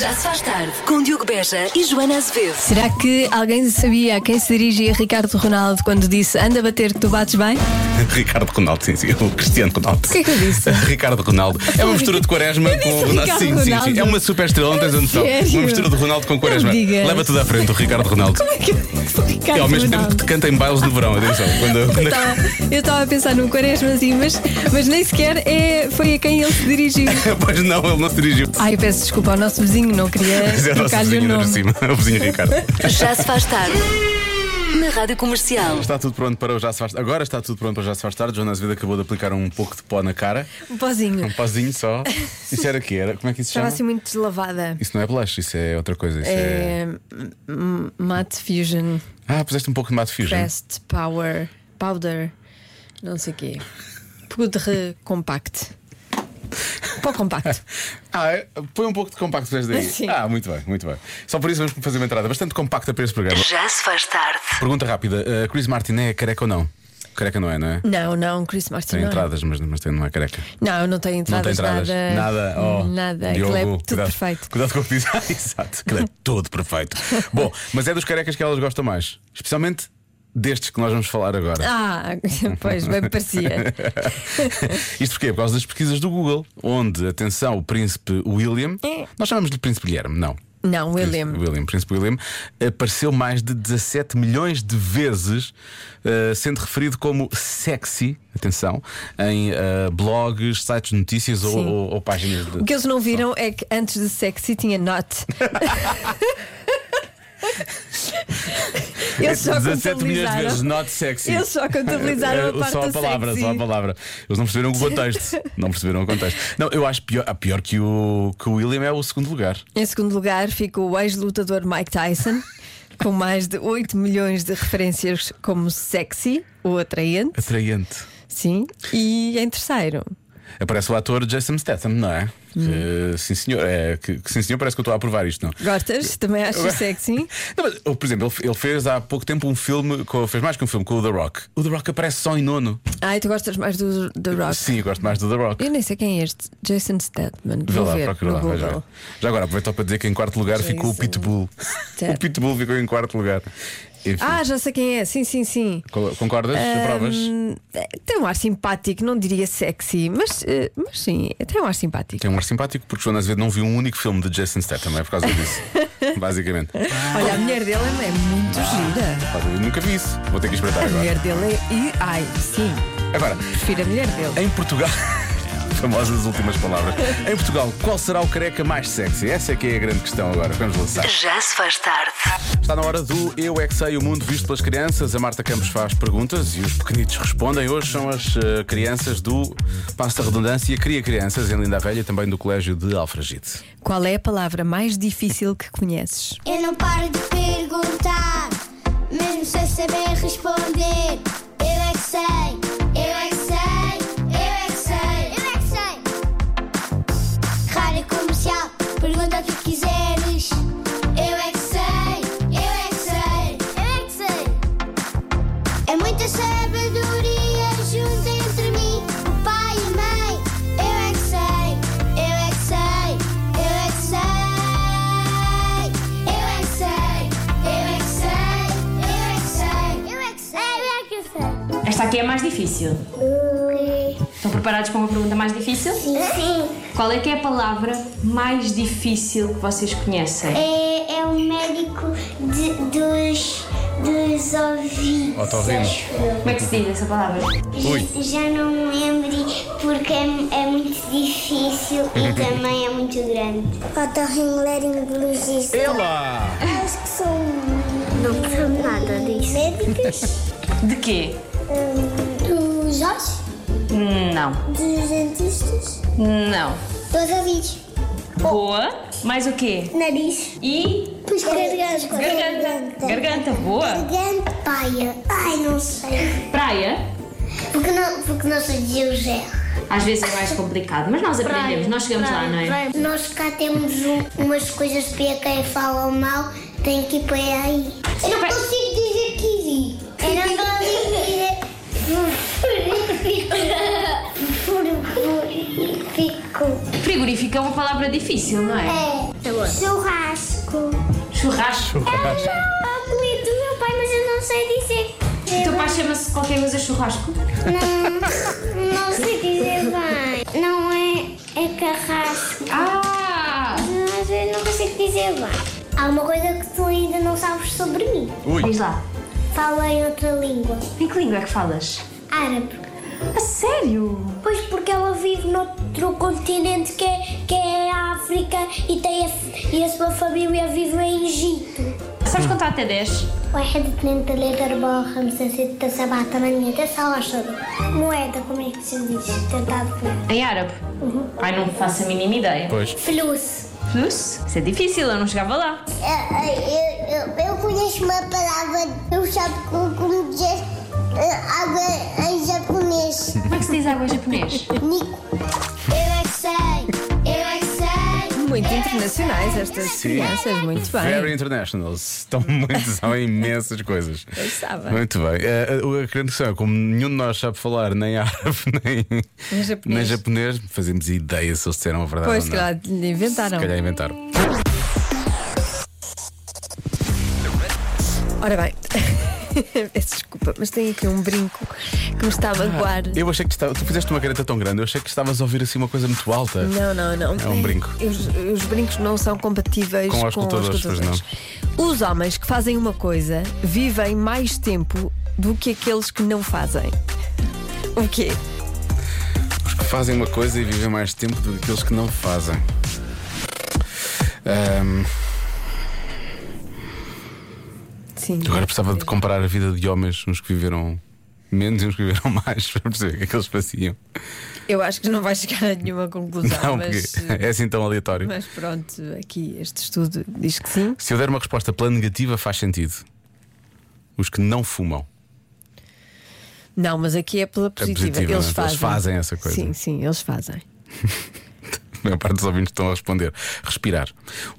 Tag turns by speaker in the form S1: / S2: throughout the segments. S1: Já se faz tarde com Diogo Beja e Joana Azevedo.
S2: Será que alguém sabia a quem se dirigia Ricardo Ronaldo quando disse anda a bater que tu bates bem?
S3: Ricardo Ronaldo, sim, sim. O Cristiano Ronaldo.
S2: O que é que eu disse?
S3: Ricardo Ronaldo. É uma mistura de Quaresma
S2: Eu
S3: com
S2: disse Ricardo
S3: Sim, sim, sim.
S2: Ronaldo. É
S3: É uma super estrela, não tens a noção.
S2: sério?
S3: Uma mistura de Ronaldo com Quaresma.
S2: me digas.
S3: Leva tudo à frente, o Ricardo Ronaldo.
S2: Como é que eu disse Ricardo
S3: E ao mesmo tempo
S2: Ronaldo?
S3: que te canta em bailes de verão, atenção. Quando,
S2: Eu
S3: quando-
S2: estava- Eu estava a pensar num quaresma assim, mas, mas nem sequer é, foi a quem ele se dirigiu.
S3: Pois não, ele não se dirigiu.
S2: Ai, eu peço desculpa ao nosso vizinho, não queria
S3: Mas é o nosso
S2: trocar-lhe o
S3: vizinho ainda por
S2: nome.
S3: cima, o vizinho Ricardo.
S1: Já se faz tarde na Rádio Comercial.
S3: Está tudo pronto para o Já Se Faz Agora está tudo pronto para o Já Se Faz Tarde. Jonas Vida acabou de aplicar um pouco de pó na cara.
S2: Um pozinho.
S3: Um pozinho só. Isso era o quê? Era, como é que isso se
S2: Estava
S3: chama?
S2: assim muito deslavada.
S3: Isso não é blush, isso é outra coisa. Isso é...
S2: É, m- Matte Fusion,
S3: Ah, puseste um pouco de Mato Fusion.
S2: Pressed Power, Powder, não sei o quê. Poudre Compact. Pó compacto.
S3: Ah, é? põe um pouco de compacto para daí.
S2: Sim.
S3: Ah, muito bem, muito bem. Só por isso vamos fazer uma entrada bastante compacta para este programa.
S1: Já se faz tarde.
S3: Pergunta rápida: eh, Chris Martin é careca ou não? Careca não é, não é?
S2: Não, não, Chris Martin.
S3: Tem
S2: não é.
S3: entradas, mas, mas tem- não é careca.
S2: Não, não tem
S3: Não tem
S2: entradas,
S3: entradas.
S2: nada.
S3: oh,
S2: nada. Aquilo
S3: Diogo,
S2: é tudo
S3: cuidado,
S2: perfeito.
S3: Cuidado com o que diz. Ah, Exato, aquilo é tudo perfeito. Bom, mas é dos carecas que elas gostam mais. Especialmente destes que nós vamos falar agora.
S2: Ah, pois, bem me parecia.
S3: Isto porquê? Por causa das pesquisas do Google, onde, atenção, o príncipe William,
S2: É.
S3: nós chamamos-lhe príncipe Guilherme, não.
S2: Não, William.
S3: Príncipe William, príncipe William, apareceu mais de 17 milhões de vezes, eh, sendo referido como sexy, atenção, em eh, blogs, sites de notícias ou,
S2: Sim.
S3: ou- ou páginas de.
S2: O que eles não viram é que antes de sexy tinha not. eles só
S3: 17 É milhões de
S2: contabilizaram.
S3: vezes, not sexy.
S2: Eles só contabilizaram a
S3: Eh,
S2: parte
S3: só a
S2: do
S3: palavra,
S2: sexy.
S3: só a palavra. Eles não perceberam o contexto. não perceberam o contexto. Não, eu acho pior, ah, pior que, o, que o William é o segundo lugar.
S2: Em segundo lugar fica o ex-lutador Mike Tyson, com mais de 8 milhões de referências como sexy ou atraente.
S3: Atraente.
S2: Sim. E em terceiro.
S3: Aparece o ator Jason Statham, não é?
S2: Hum.
S3: Que, sim, senhor. É, que, que sim, senhor, parece que eu estou a aprovar isto, não?
S2: Gostas? Também achas
S3: é
S2: sexy?
S3: Não, mas, ou, por exemplo, ele, f- ele fez há pouco tempo um filme, com- fez mais que um filme com o The Rock. O The Rock aparece só em nono.
S2: Ai, tu gostas mais do The Rock?
S3: Sim, eu gosto mais do The Rock.
S2: Eu nem sei quem é este. Jason Statham.
S3: Vê
S2: Vou
S3: lá,
S2: ver
S3: procura
S2: no
S3: lá, vai já.
S2: Google.
S3: Já agora aproveitou para dizer que em quarto lugar ficou o
S2: Jason
S3: Pitbull.
S2: Statham.
S3: O Pitbull ficou em quarto lugar. Enfim,
S2: Ah, já sei quem é. Sim, sim, sim.
S3: co- concordas? Aprovas?
S2: Hum, tem um ar simpático, não diria sexy, mas, eh, mas sim, tem um ar simpático.
S3: Tem um ar simpático porque Joana Azevedo não viu um único filme de Jason Statham, é por causa disso. Basicamente.
S2: Olha, a mulher dele é muito gira.
S3: Eu nunca vi isso. Vou ter que
S2: A
S3: espreitar Ah, agora.
S2: mulher dele é. e- Ai, sim,
S3: Agora,
S2: prefiro a mulher dele.
S3: Em Portugal. Famosas últimas palavras. Em Portugal, qual será o careca mais sexy? Essa é que é a grande questão agora. Vamos lançar.
S1: Já se faz tarde.
S3: Está na hora do Eu É Que Sei, o mundo visto pelas crianças. A Marta Campos faz perguntas e os pequenitos respondem. Hoje são as eh, crianças do Passo da Redundância Cria Crianças, em Linda Velha, e também do Colégio de Alfragite.
S2: Qual é a palavra mais difícil que conheces?
S4: Eu não paro de perguntar, mesmo sem saber responder. Eu é que sei, eu é que sei, eu é que sei, eu é que sei. Rádio comercial, pergunta o que quiseres. Eu é que sei, eu é que sei, eu é que sei. É muita sabedoria junto entre mim, o pai e a mãe. Eu é que sei, eu é que sei, eu é que sei. Eu é que sei, eu é que sei, eu é que sei, eu é que sei, eu
S5: Esta aqui é mais difícil.
S4: é que sei.
S5: Estão preparados para uma pergunta mais difícil?
S4: Sim.
S5: Qual é que é a palavra mais difícil que vocês conhecem?
S4: É, é o médico de- dos, dos ouvidos.
S3: Otorrino.
S4: acho eu.
S5: Como é que se diz essa palavra?
S3: Ui.
S4: Já não me lembro porque é, é muito difícil
S3: Uhum.
S4: e também é muito grande. Otorrinolaringologista.
S3: Ela!
S4: Acho que um- são... Não percebo nada disso. Médicas?
S5: De quê?
S4: Hum, dos olhos?
S5: Não.
S4: Dos dentistas?
S5: Não.
S4: Dos ouvidos.
S5: Boa. Mais o quê?
S4: Nariz.
S5: E
S4: Pois garganta.
S5: garganta. Garganta, boa.
S4: Garganta. Paia. Ai, não sei.
S5: Praia.
S4: Porque não, porque não sei dizer o género.
S5: Às vezes é mais complicado, mas nós aprendemos, nós chegamos lá, não é?
S4: Nós cá temos um- umas coisas para quem fala mal, tem que ir para aí. Eu não consigo dizer kiwi. Eu não consigo dizer. Fico.
S5: Frigorífico é uma palavra difícil, não é?
S4: É.
S3: Estrela.
S4: Churrasco.
S5: Churrasco.
S4: É o apelido do meu pai, mas eu não sei dizer.
S5: O teu pai chama-se qualquer coisa churrasco?
S4: Não, não sei dizer bem. Não é, é carrasco.
S5: Ah!
S4: Mas eu não consigo dizer bem. Há uma coisa que tu ainda não sabes sobre mim.
S3: Ui.
S5: Diz lá,
S4: Fala em outra língua.
S5: em que língua é que falas?
S4: Árabe.
S5: A sério?
S4: Pois porque ela vive noutro continente que é, que é a África e, tem a, f- e a sua família vive em Egito.
S5: Sabes contar até 10?
S4: واحد اثنين ثلاثة أربعة خمسة ستة سبعة ثمانية تسعة عشرة moeda como é que se diz tentar ver
S5: Em árabe? Ai, não faço a mínima ideia.
S3: Pois.
S4: فلوس
S5: Plus? Isso é difícil, eu não chegava lá.
S4: É, eu, eu, eu conheço uma palavra eu sabe como, como dizer eh, água em japonês
S5: Como é que se diz água em japonês?
S4: Nico eu é que sei eu é que sei
S2: Muito internacionais estas
S3: Sim.
S2: crianças, muito bem.
S3: Very internationals. Estão muito, são imensas coisas.
S2: Eu estava.
S3: Muito bem. Eh, eh, a grande questão é como nenhum de nós sabe falar nem árabe nem,
S2: Nem japonês.
S3: nem japonês, fazemos ideia se eles disseram a verdade
S2: Pois, se
S3: ou não.
S2: calhar inventaram.
S3: Se calhar inventaram.
S2: Ora bem, peço desculpa, mas tenho aqui um brinco que me está a magoar.
S3: Eu achei que estava, tu fizeste uma careta tão grande, eu achei que estavas a ouvir assim uma coisa muito alta.
S2: Não, não, não.
S3: É um brinco.
S2: Os, os brincos não são compatíveis
S3: Com
S2: com,
S3: os escutadores,
S2: os escutadores. Os homens que fazem uma coisa vivem mais tempo do que aqueles que não fazem. O quê?
S3: Os que fazem uma coisa e vivem mais tempo do que aqueles que não fazem. Ahm,
S2: Sim.
S3: eu agora precisava de comparar a vida de homens, uns que viveram menos e uns que viveram mais, para perceber o que é que eles faziam.
S2: Eu acho que não vai chegar a nenhuma conclusão,
S3: Não,
S2: mas, eh,
S3: porque é assim tão aleatório.
S2: mas pronto, aqui este estudo diz que sim.
S3: Se eu der uma resposta pela negativa, faz sentido. Os que não fumam.
S2: Não, mas aqui é pela positiva.
S3: positiva,
S2: eles,
S3: não é?
S2: fazem.
S3: Eles fazem essa coisa.
S2: Sim, sim, eles fazem.
S3: A maior parte dos ouvintes estão a responder. Respirar.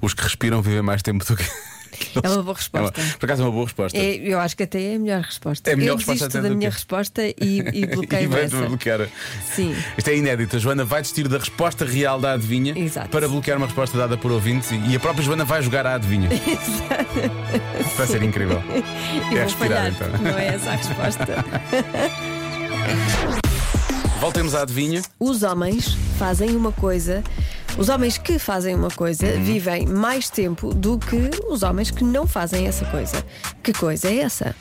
S3: Os que respiram vivem mais tempo do que.
S2: É uma boa
S3: É uma-
S2: resposta.
S3: por acaso é uma boa resposta.
S2: É, eu acho que até é a melhor resposta.
S3: É a melhor
S2: eu
S3: resposta
S2: desisto
S3: até
S2: da
S3: do
S2: minha
S3: que-
S2: resposta e, e
S3: e
S2: bloqueio
S3: vai-te
S2: essa.
S3: bloquear.
S2: Sim.
S3: Isto é inédito. A Joana vai desistir da resposta real da adivinha
S2: Exato.
S3: para bloquear uma resposta dada por ouvintes e a própria Joana vai jogar a adivinha. vai ser incrível.
S2: E
S3: é
S2: vou
S3: respirar
S2: falhar,
S3: então.
S2: porque não é essa a resposta.
S3: Voltemos à adivinha.
S2: Os homens fazem uma coisa. Os homens que fazem uma coisa
S3: Uhum.
S2: vivem mais tempo do que os homens que não fazem essa coisa. Que coisa é essa?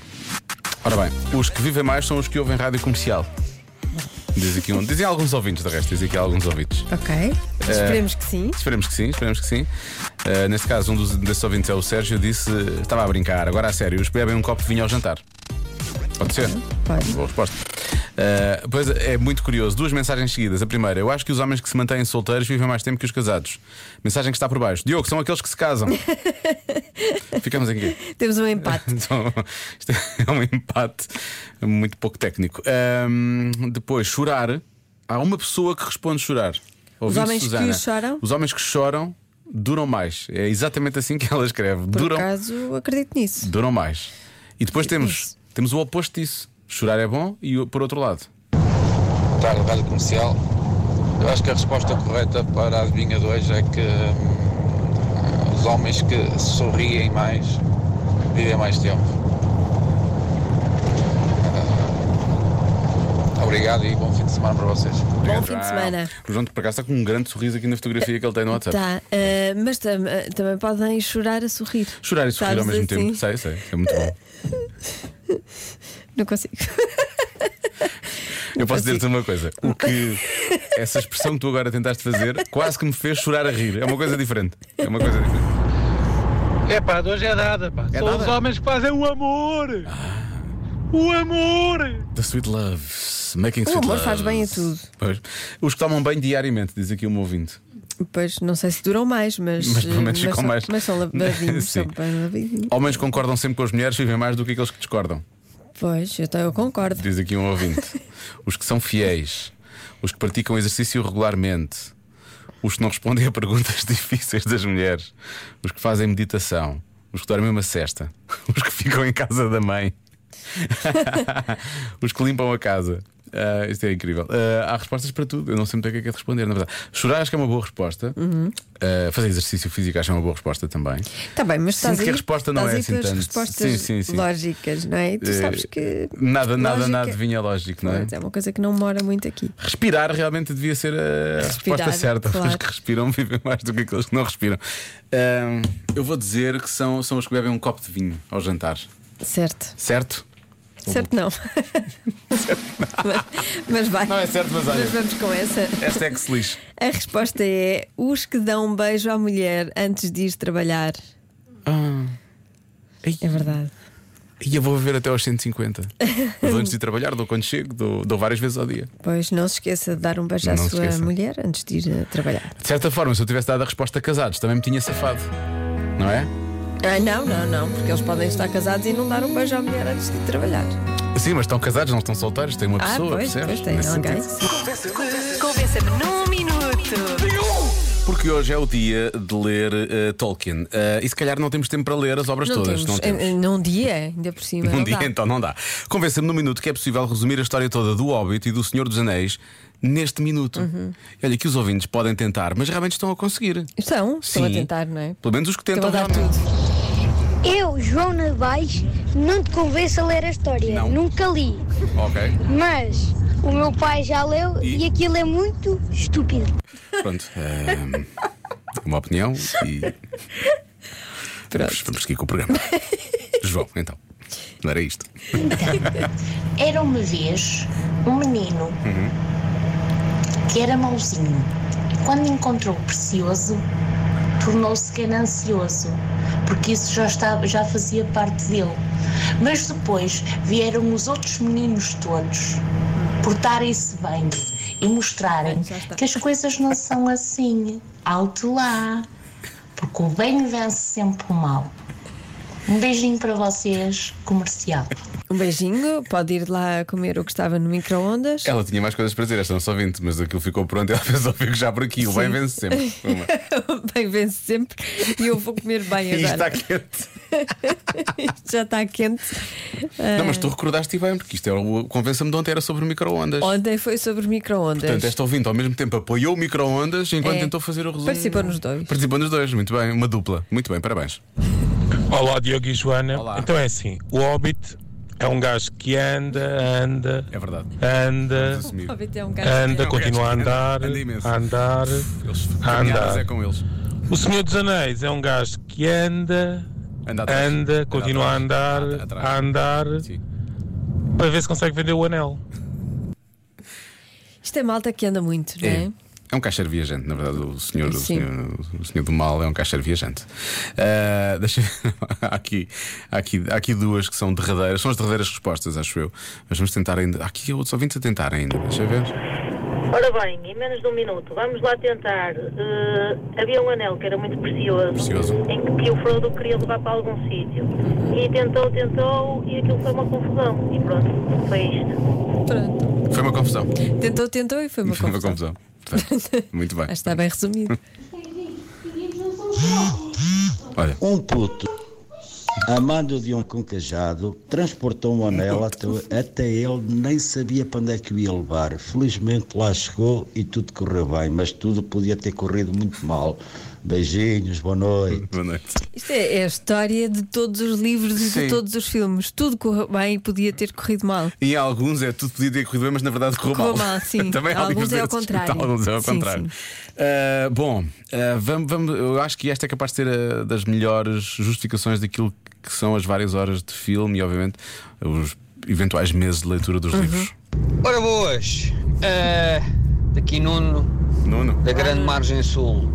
S3: Ora bem, os que vivem mais são os que ouvem rádio comercial. Diz aqui um, dizem alguns ouvintes, de resto, dizem aqui alguns ouvintes.
S2: Ok. Esperemos
S3: É.
S2: que sim.
S3: Esperemos que sim, esperemos que sim. Uh, neste caso, um dos desses ouvintes é o Sérgio, disse: uh, estava a brincar, agora a sério, os que bebem um copo de vinho ao jantar. Pode ser?
S2: pode.
S3: Boa resposta. Uh, pois é muito curioso. Duas mensagens seguidas. A primeira, eu acho que os homens que se mantêm solteiros vivem mais tempo que os casados. Mensagem que está por baixo. Diogo, são aqueles que se casam. Ficamos aqui.
S2: Temos um empate.
S3: Então, isto é um empate muito pouco técnico. Ahm, depois, chorar. Há uma pessoa que responde chorar. Ouvinte
S2: homens que
S3: Susana.
S2: choram?
S3: Os homens que choram duram mais. É exatamente assim que ela escreve.
S2: Por
S3: duram,
S2: acaso, acredito nisso.
S3: duram mais. E depois temos,
S2: Isso.
S3: temos o oposto disso. Chorar é bom e o- por outro lado.
S6: Rádio, rádio comercial. Eu acho que a resposta correta para a adivinha de hoje é que hum, os homens que sorriem mais vivem mais tempo. Ah, Obrigado e bom fim de semana para vocês.
S3: Obrigado,
S2: fim de
S3: João.
S2: semana.
S3: O João, por acaso, está com um grande sorriso aqui na fotografia que ele tem no WhatsApp.
S2: Tá, eh, mas tam- eh, também podem chorar a sorrir.
S3: Chorar e sorrir ao
S2: Sabes
S3: mesmo
S2: assim?
S3: tempo. Sei, sei. É muito bom.
S2: Não consigo.
S3: Eu posso
S2: Assim.
S3: dizer-te uma coisa: o que essa expressão que tu agora tentaste fazer quase que me fez chorar a rir. É uma coisa diferente. É uma coisa diferente.
S7: É pá, de hoje é dada, pá.
S3: É
S7: São
S3: dada?
S7: os homens que fazem o amor. O amor.
S3: The Sweet Love, Making
S2: O
S3: Sweet
S2: amor
S3: Love.
S2: faz bem a tudo.
S3: Pois. Os que tomam banho diariamente, diz aqui o meu ouvinte.
S2: Pois não sei se duram mais, mas,
S3: Mas pelo menos
S2: eh, mas
S3: ficam
S2: são,
S3: mais.
S2: Mas são lavadinhos,
S3: Sim.
S2: são bem lavadinhos.
S3: Homens concordam sempre com as mulheres, vivem mais do que aqueles que discordam,
S2: Pois, então eu concordo.
S3: diz aqui um ouvinte. Os que são fiéis, os que praticam exercício regularmente, os que não respondem a perguntas difíceis das mulheres, os que fazem meditação, os que dormem uma cesta, os que ficam em casa da mãe. os que limpam a casa. Ah, isto é incrível. Ah, há respostas para tudo. Eu não sei muito bem o que é que é de responder, na verdade. Chorar acho que é uma boa resposta.
S2: Uhum.
S3: Ah, fazer exercício físico acho que é uma boa resposta também.
S2: Está Tá bem, mas
S3: Sinto
S2: estás
S3: que a
S2: aí-
S3: resposta não
S2: estás
S3: é
S2: aí
S3: assim
S2: pelas
S3: tanto.
S2: respostas
S3: Sim, sim, sim.
S2: lógicas, não é? E tu sabes
S3: Eh,
S2: que.
S3: Nada, nada,
S2: lógica-
S3: nada vinha lógico, não é?
S2: Pronto, É uma coisa que não mora muito aqui.
S3: Respirar realmente devia ser a
S2: Respirar,
S3: resposta certa.
S2: claro.
S3: Os que respiram vivem mais do que aqueles que não respiram. Ah, eu vou dizer que são, são os que bebem um copo de vinho ao jantar,
S2: Certo.
S3: certo? Tá
S2: Certo, não. mas, mas vai.
S3: Não é certo, mas olha.
S2: Mas vamos com essa.
S3: Esta é que se lixe.
S2: A resposta é os que dão um beijo à mulher antes de ir trabalhar.
S3: Ah. Ai.
S2: É verdade.
S3: E eu vou viver até aos 150. Dou antes de ir trabalhar, dou quando chego, dou, dou várias vezes ao dia.
S2: Pois não se esqueça de dar um beijo à
S3: Não se
S2: sua
S3: esqueça.
S2: mulher antes de ir eh, trabalhar.
S3: De certa forma, se eu tivesse dado a resposta a casados, também me tinha safado. Não é?
S2: Ah, não, não, não, porque eles podem estar casados e não dar um beijo à mulher antes de ir trabalhar.
S3: Sim, mas estão casados, não estão solteiros, tem uma
S2: ah,
S3: pessoa,
S2: pois,
S3: percebes?
S2: pois tem
S3: Nesse
S2: alguém.
S3: sentido.
S1: Convença-me num minuto.
S3: Porque hoje é o dia de ler eh, Tolkien. Eh, e se calhar não temos tempo para ler as obras
S2: Não
S3: todas.
S2: temos.
S3: Não temos.
S2: Eh, eh, Num dia, ainda por cima.
S3: Num
S2: não
S3: dia
S2: dá.
S3: então não dá. Convença-me num minuto que é possível resumir a história toda do Hobbit e do Senhor dos Anéis neste minuto.
S2: Uhum.
S3: Olha, que os ouvintes podem tentar, mas realmente estão a conseguir.
S2: Estão, estão Então, a
S3: Sim.
S2: tentar, não é?
S3: Pelo menos os que tentam
S2: Estão a dar
S3: realmente.
S2: tudo.
S8: Eu, João Navais, não te convenço a ler a história.
S3: Não.
S8: Nunca li.
S3: Ok.
S8: Mas o meu pai já leu
S3: E?
S8: e aquilo é muito estúpido.
S3: Pronto. ehm, uma opinião e. Vamos, vamos seguir com o programa. João, então. Não era isto.
S9: Era uma vez um menino que era mauzinho. E quando encontrou o precioso, tornou-se ganancioso, porque isso já, estava, já fazia parte dele. Mas depois vieram os outros meninos todos portarem-se bem e mostrarem que as coisas não são assim. Alto lá! Porque o bem vence sempre o mal. Um beijinho para vocês, comercial.
S2: Um beijinho, pode ir lá comer o que estava no micro-ondas.
S3: Ela tinha mais coisas para dizer, esta é não só 20, mas aquilo ficou pronto e ela pensou, fico já por aqui. O bem
S2: Sim.
S3: vence sempre. Uma.
S2: bem vence sempre e eu vou comer bem
S3: E está
S2: agora.
S3: quente.
S2: Isto já está quente.
S3: Não, mas
S2: É.
S3: tu recordaste-te bem, porque isto era o Convença-me de ontem era sobre micro-ondas.
S2: Ontem foi sobre micro-ondas.
S3: Portanto, esta ouvinte ao mesmo tempo apoiou o micro-ondas enquanto
S2: É.
S3: tentou fazer o resumo.
S2: Participou nos dois.
S3: Participou nos dois, muito bem, uma dupla. Muito bem, parabéns.
S10: Olá, Diogo e Joana.
S3: Olá.
S10: Então é assim: o Hobbit é um gajo que anda, anda,
S3: É verdade.
S10: anda,
S3: Assumir.
S2: Obviamente é um gajo.
S10: anda,
S3: gajo
S10: continua a
S3: que anda,
S10: andar,
S3: anda imenso.
S10: a andar.
S3: Eles
S10: Ah, anda.
S3: caminhadas é com eles.
S10: O Senhor dos Anéis é um gajo que anda,
S3: Anda atrás.
S10: anda, continua a
S3: atrás.
S10: andar,
S3: Anda atrás.
S10: a andar,
S3: Sim.
S10: para ver se consegue vender o anel.
S2: Isto é malta que anda muito, não é?
S3: É. É um caixeiro viajante, na verdade, o senhor, o
S2: Sim.
S3: senhor, o senhor do mal é um caixeiro viajante. Ah, deixa há aqui, há aqui, há aqui duas que são derradeiras, são as derradeiras respostas, acho eu. Mas vamos tentar ainda. Há aqui outros ouvintes a tentar ainda, deixa eu ver.
S11: Ora bem, em menos de um minuto, vamos lá tentar. Eh, havia um anel que era muito precioso,
S3: Precioso.
S11: em que, que o Frodo queria levar para algum sítio. E tentou, tentou, e aquilo foi uma confusão. E pronto, foi isto.
S2: Pronto.
S3: Foi uma confusão.
S2: Tentou, tentou e foi uma
S3: Foi uma
S2: confusão.
S3: confusão. Portanto, muito bem.
S2: Acho que está bem resumido.
S3: Olha.
S12: Um puto, amando de um com cajado, transportou um anel até, até ele nem sabia para onde é que o ia levar. Felizmente lá chegou e tudo correu bem, mas tudo podia ter corrido muito mal. Beijinhos, boa noite.
S3: Boa noite.
S2: Isto é, é a história de todos os livros e
S3: Sim.
S2: de todos os filmes. Tudo correu bem e podia ter corrido mal.
S3: E há alguns é tudo podia ter corrido bem, mas na verdade correu mal.
S2: Correu mal, sim.
S3: Também há
S2: Alguns
S3: livros
S2: é ao
S3: desses.
S2: contrário.
S3: Alguns é ao
S2: Sim,
S3: contrário. Ah, bom, ah, vamos, vamos- eu acho que esta é capaz de ser ah, das melhores justificações daquilo que são as várias horas de filme e, obviamente, os eventuais meses de leitura
S2: Uhum.
S3: dos livros.
S12: Ora boas, Eh, daqui Nuno,
S3: Nuno,
S12: da Grande Margem Sul.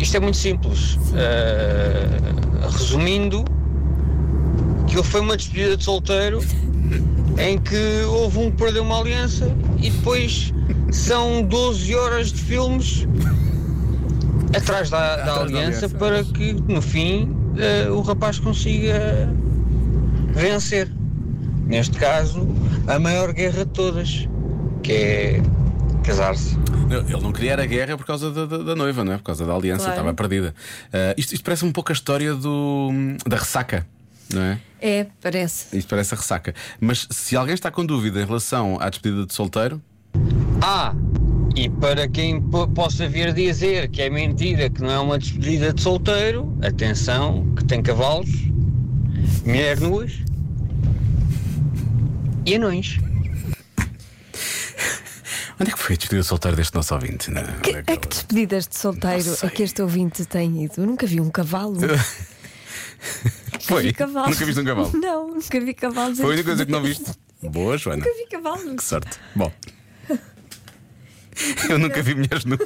S12: Isto é muito simples. Eh, resumindo, que ele foi uma despedida de solteiro em que houve um que perdeu uma aliança e depois são 12 horas de filmes atrás da, da aliança, para que no fim eh, o rapaz consiga vencer. Neste caso, a maior guerra de todas, que é casar-se.
S3: ele não queria a guerra por causa da, da- da noiva, não é? Por causa da aliança,
S2: Claro.
S3: estava perdida. Ah, isto, isto parece um pouco a história do, da ressaca. não é?
S2: É, parece.
S3: Isso parece a ressaca. Mas se alguém está com dúvida em relação à despedida de solteiro,
S12: Ah, e para quem po- possa vir dizer que é mentira, que não é uma despedida de solteiro, atenção, que tem cavalos, mulher nuas e anões.
S3: onde é que foi a despedida de solteiro deste nosso ouvinte? Não, é?
S2: Que, a que despedidas de solteiro é que este ouvinte tem ido? Eu nunca vi um cavalo.
S3: Foi?
S2: vi cavalos.
S3: Nunca viste um cavalo?
S2: Não, nunca vi cavalos. em
S3: Foi a única coisa que não viste?
S2: despedidas.
S3: Boa, Joana.
S2: Nunca vi cavalos.
S3: Que sorte. Bom. Eu nunca vi mulheres nuas.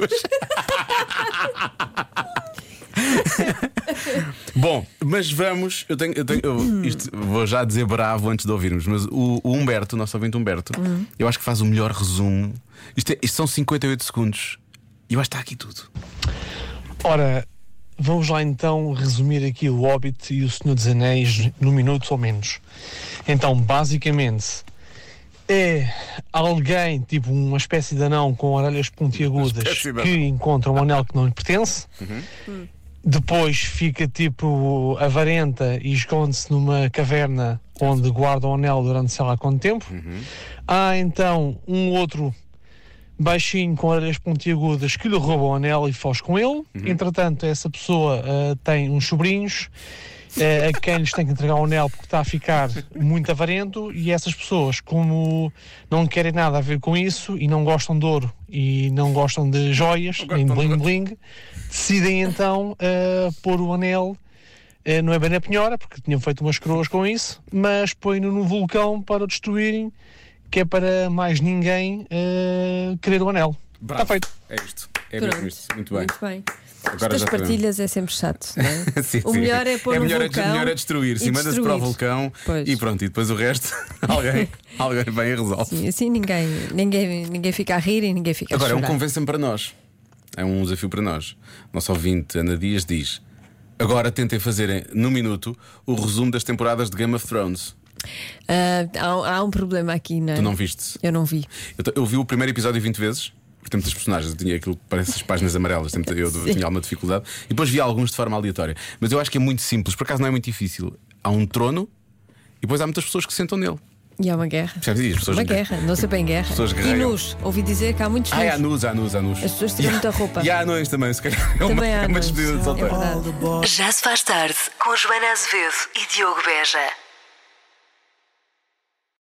S3: Bom, mas vamos. Eu tenho, eu tenho- eu- isto vou já dizer bravo antes de ouvirmos, mas o, o Humberto, o nosso ouvinte Humberto,
S13: Uhum.
S3: eu acho que faz o melhor resumo. Isto, é- isto são 58 segundos. E eu acho que está aqui tudo.
S7: Ora, vamos lá então resumir aqui o Hobbit e o Senhor dos Anéis num minuto ou menos. Então, basicamente, é alguém, tipo uma espécie de anão com orelhas pontiagudas,
S14: espécie de
S7: que
S14: anão. Uhum.
S7: encontra um anel que não lhe pertence. Depois fica tipo avarenta e esconde-se numa caverna onde guarda o anel durante sei lá quanto tempo.
S14: Uhum.
S7: Há então um outro baixinho com orelhas pontiagudas que lhe rouba o anel e foge com ele. Entretanto, essa pessoa ah, tem uns sobrinhos eh, a quem lhes tem que entregar o anel porque está a ficar muito avarento e essas pessoas, como não querem nada a ver com isso e não gostam de ouro e não gostam de joias, nem de bling bling, decidem então ah, pôr o anel. eh, não é bem na penhora, porque tinham feito umas coroas com isso, mas põe-no num vulcão para o destruírem, que é para mais ninguém ah, querer o anel.
S3: Bravo.
S7: Está feito.
S3: É isto. É
S2: Pronto.
S3: mesmo isto. Muito bem.
S2: Muito bem.
S3: Agora
S2: Estas
S3: já sabemos.
S2: partilhas é sempre chato, não é?
S3: Sim,
S2: O
S3: sim.
S2: melhor é pôr
S3: é
S2: no
S3: melhor,
S2: vulcão
S3: É melhor é destruir.
S2: e
S3: Sim, manda-se para
S2: destruir.
S3: o vulcão
S2: Pois.
S3: e pronto. E depois o resto, alguém, alguém vem e resolve.
S2: Sim, assim ninguém, ninguém, ninguém fica a rir e ninguém fica
S3: Agora,
S2: a
S3: é um
S2: chorar.
S3: convença-me para nós. É um desafio para nós. Nosso ouvinte, Ana Dias, diz: Agora tentem fazer em- num minuto o resumo das temporadas de Game of Thrones.
S2: Ah, há, há um problema aqui, não é?
S3: Tu não viste?
S2: Eu não vi.
S3: Eu, t- eu vi o primeiro episódio 20 vezes. Porque tem muitas personagens, eu tinha aquilo que parece as páginas amarelas, tem muita- eu
S2: Sim.
S3: tinha alguma dificuldade. E depois vi alguns de forma aleatória. Mas eu acho que é muito simples, por acaso não é muito difícil. Há um trono e depois há muitas pessoas que se sentam nele.
S2: E há uma guerra.
S3: Percebes? E as pessoas
S2: Uma guerra, não sei bem guerra.
S3: pessoas
S2: e
S3: guerreiam.
S2: nus, ouvi dizer que há muitos
S3: Ah,
S2: nus.
S3: é anus, há anus, há anus.
S2: As pessoas tiram
S3: E há-
S2: muita roupa.
S3: E há anões também, se calhar. É uma,
S2: Também há
S3: é uma
S2: anões,
S3: despedida de solteiro.
S2: verdade.
S1: Já se faz tarde com Joana Azevedo e Diogo Beja.